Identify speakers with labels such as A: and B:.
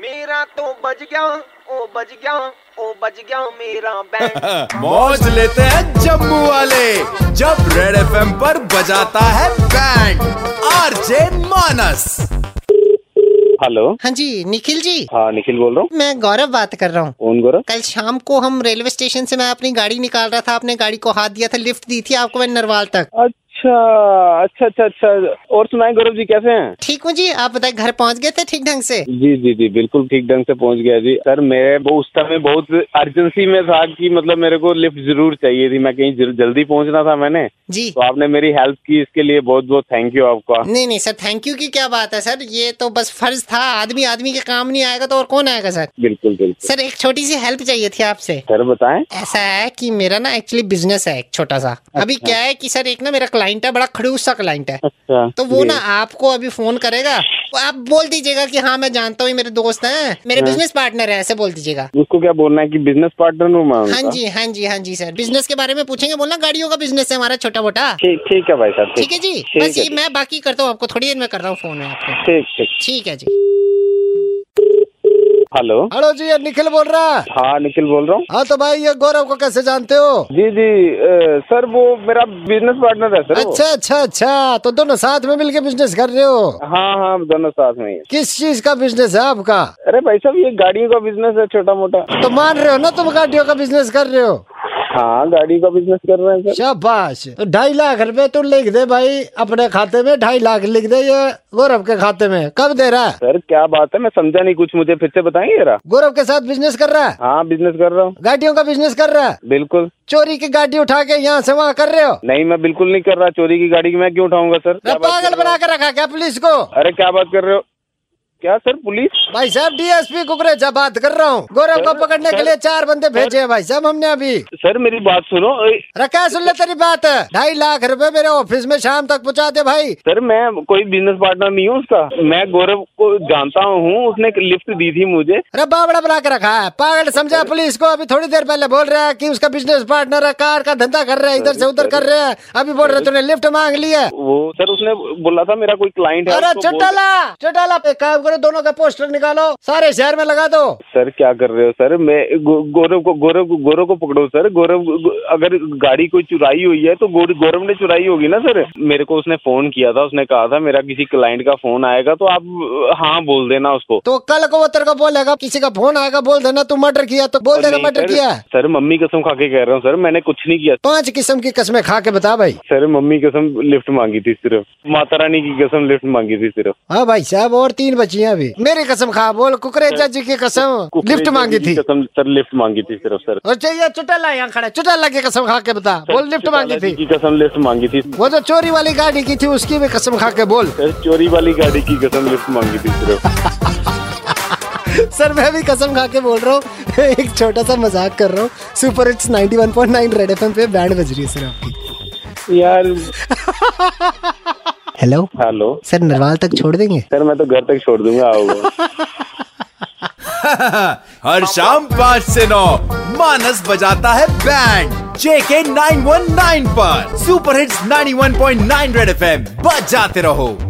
A: मेरा तो बज गया ओ बज गया ओ बज गया मेरा बैंड
B: मौज लेते हैं जम्मू वाले जब रेड एफएम पर बजाता है बैंड आरजे मानस
C: हेलो
D: हाँ जी निखिल जी
C: हाँ निखिल बोल रहा हूँ
D: मैं गौरव बात कर रहा हूँ
C: कौन गोरा
D: कल शाम को हम रेलवे स्टेशन से मैं अपनी गाड़ी निकाल रहा था आपने गाड़ी को हाथ दिया था लिफ्ट दी थी आपको मैं नरवाल तक
C: अच्छा अच्छा अच्छा अच्छा और सुनाए गौरव जी कैसे हैं
D: ठीक हूँ जी आप बताए घर पहुँच गए थे ठीक ढंग से
C: जी जी जी बिल्कुल ठीक ढंग से पहुंच गया जी सर मेरे वो उस समय बहुत अर्जेंसी में था कि मतलब मेरे को लिफ्ट जरूर चाहिए थी मैं कहीं जल- जल्दी पहुंचना था मैंने
D: जी
C: तो आपने मेरी हेल्प की इसके लिए बहुत बहुत थैंक यू आपका
D: नहीं नहीं सर थैंक यू की क्या बात है सर ये तो बस फर्ज था आदमी आदमी के काम नहीं आएगा तो और कौन आएगा सर
C: बिल्कुल बिल्कुल
D: सर एक छोटी सी हेल्प चाहिए थी आपसे
C: सर बताएं
D: ऐसा है कि मेरा ना एक्चुअली बिजनेस है एक छोटा सा अभी क्या है कि सर एक ना मेरा क्लाइंट है बड़ा खड़ूस सा क्लाइंट है
C: अच्छा
D: तो वो
C: जी।
D: ना आपको अभी फोन करेगा वो आप बोल दीजिएगा कि हाँ मैं जानता हूँ ये मेरे दोस्त हैं मेरे बिजनेस पार्टनर है ऐसे बोल दीजिएगा
C: उसको क्या बोलना है कि बिजनेस पार्टनर हूँ मैं
D: हाँ
C: उनका?
D: जी हाँ जी हाँ जी सर बिजनेस के बारे में पूछेंगे बोलना गाड़ियों का बिजनेस है हमारा छोटा मोटा
C: ठीक ठीक है भाई साहब
D: ठीक है जी
C: ठीक
D: बस
C: है
D: ये मैं बाकी करता हूँ आपको थोड़ी देर में कर रहा हूँ फोन में आपको
C: ठीक ठीक
D: ठीक है जी
C: हेलो
E: हेलो जी ये निखिल बोल रहा है
C: हाँ निखिल बोल रहा हूँ
E: हाँ तो भाई ये गौरव को कैसे जानते हो
C: जी जी अ, सर वो मेरा बिजनेस पार्टनर है सर वो।
E: अच्छा अच्छा अच्छा तो दोनों साथ में मिलके बिजनेस कर रहे हो
C: हाँ हाँ दोनों साथ में ही हैं।
E: किस चीज का बिजनेस है आपका
C: अरे भाई साहब ये गाड़ियों का बिजनेस है छोटा मोटा
E: तो मान रहे हो ना तुम गाड़ियों का बिजनेस कर रहे हो
C: हाँ गाड़ी का बिजनेस कर रहे हैं सर
E: शाबाश तो ढाई लाख रुपए तू लिख दे भाई अपने खाते में ढाई लाख लिख दे ये गौरव के खाते में कब दे रहा है
C: सर क्या बात है मैं समझा नहीं कुछ मुझे फिर से बताएंगे जरा
E: गौरव के साथ बिजनेस कर रहा है
C: हाँ बिजनेस कर रहा हूँ
E: गाड़ियों का बिजनेस कर रहा है
C: बिल्कुल
E: चोरी की गाड़ी उठा के यहाँ से वहाँ कर रहे हो
C: नहीं मैं बिल्कुल नहीं कर रहा चोरी की गाड़ी की मैं क्यों उठाऊंगा सर क्या बात कर
E: पागल
C: रहे हो?
E: बना के रखा क्या पुलिस को
C: अरे क्या बात कर रहे हो क्या सर पुलिस
E: भाई साहब डीएसपी कुकरेजा बात कर रहा हूँ गौरव को
C: सर,
E: पकड़ने के
C: सर,
E: लिए चार बंदे भेजे हैं भाई साहब हमने अभी
C: सर मेरी बात सुनो ए,
E: रखा है, सुन ले तेरी बात ढाई लाख रुपए मेरे ऑफिस में शाम तक पहुँचा दे भाई
C: सर मैं कोई बिजनेस पार्टनर नहीं हूँ उसका मैं गौरव को जानता हूँ उसने एक लिफ्ट दी थी मुझे
E: अरे बावड़ा बना के रखा है पागल समझा पुलिस को अभी थोड़ी देर पहले बोल रहा है कि उसका बिजनेस पार्टनर है कार का धंधा कर रहा है इधर से उधर कर रहा है अभी बोल रहे तूने लिफ्ट मांग ली है
C: वो सर उसने बोला था मेरा कोई क्लाइंट है
E: अरे
C: उसको बोल-
E: चौटाला चौटाला एक काम करो दोनों का पोस्टर निकालो सारे शहर में लगा दो
C: सर क्या कर रहे हो सर मैं गौ- गौरव को गौरव को- गौरव को पकड़ो सर गौरव गौ- अगर गाड़ी कोई चुराई हुई है तो गौर- गौरव ने चुराई होगी ना सर मेरे को उसने फोन किया था उसने कहा था मेरा किसी क्लाइंट का फोन आएगा तो आप अ, हाँ बोल देना उसको
E: तो कल को वो तेरे को बोलेगा किसी का फोन आएगा बोल देना तू मर्डर किया तो बोल देना
C: नहीं,
E: मर्डर
C: सर,
E: किया है।
C: सर मम्मी कसम खा के कह रहा हूँ सर मैंने कुछ नहीं किया
E: पांच किस्म की कसमें खा के बता भाई
C: सर मम्मी कसम लिफ्ट मांगी थी सिर्फ माता रानी की कसम लिफ्ट मांगी थी सिर्फ
E: हाँ भाई साहब और तीन बचियां भी मेरी कसम खा बोल कुकरेजा जी की कसम लिफ्ट
C: कुकरेजा
E: मांगी
C: जी की
E: थी
C: कसम सर लिफ्ट मांगी थी सिर्फ सर
E: और चाहिए चुटला यहाँ खड़ा चुटला की कसम खा के बता बोल लिफ्ट मांगी
C: लाला जी
E: थी
C: की कसम लिफ्ट मांगी थी
E: वो जो चोरी वाली गाड़ी की थी उसकी भी कसम खा के बोल
C: सर चोरी वाली गाड़ी की कसम लिफ्ट मांगी थी सिर्फ
E: सर मैं भी कसम खा के बोल रहा हूँ एक छोटा सा मजाक कर रहा हूँ सुपर हिट्स 91.9 रेड एफएम पे बैंड बज रही है सर आपकी
C: यार
D: हेलो
C: हेलो
D: सर नरवाल तक छोड़ देंगे
C: सर मैं तो घर तक छोड़ दूंगा आओगे
B: हर शाम पाँच से नौ मानस बजाता है बैंड जेके 919 पर सुपर हिट्स 91.9 रेड एफएम बजाते रहो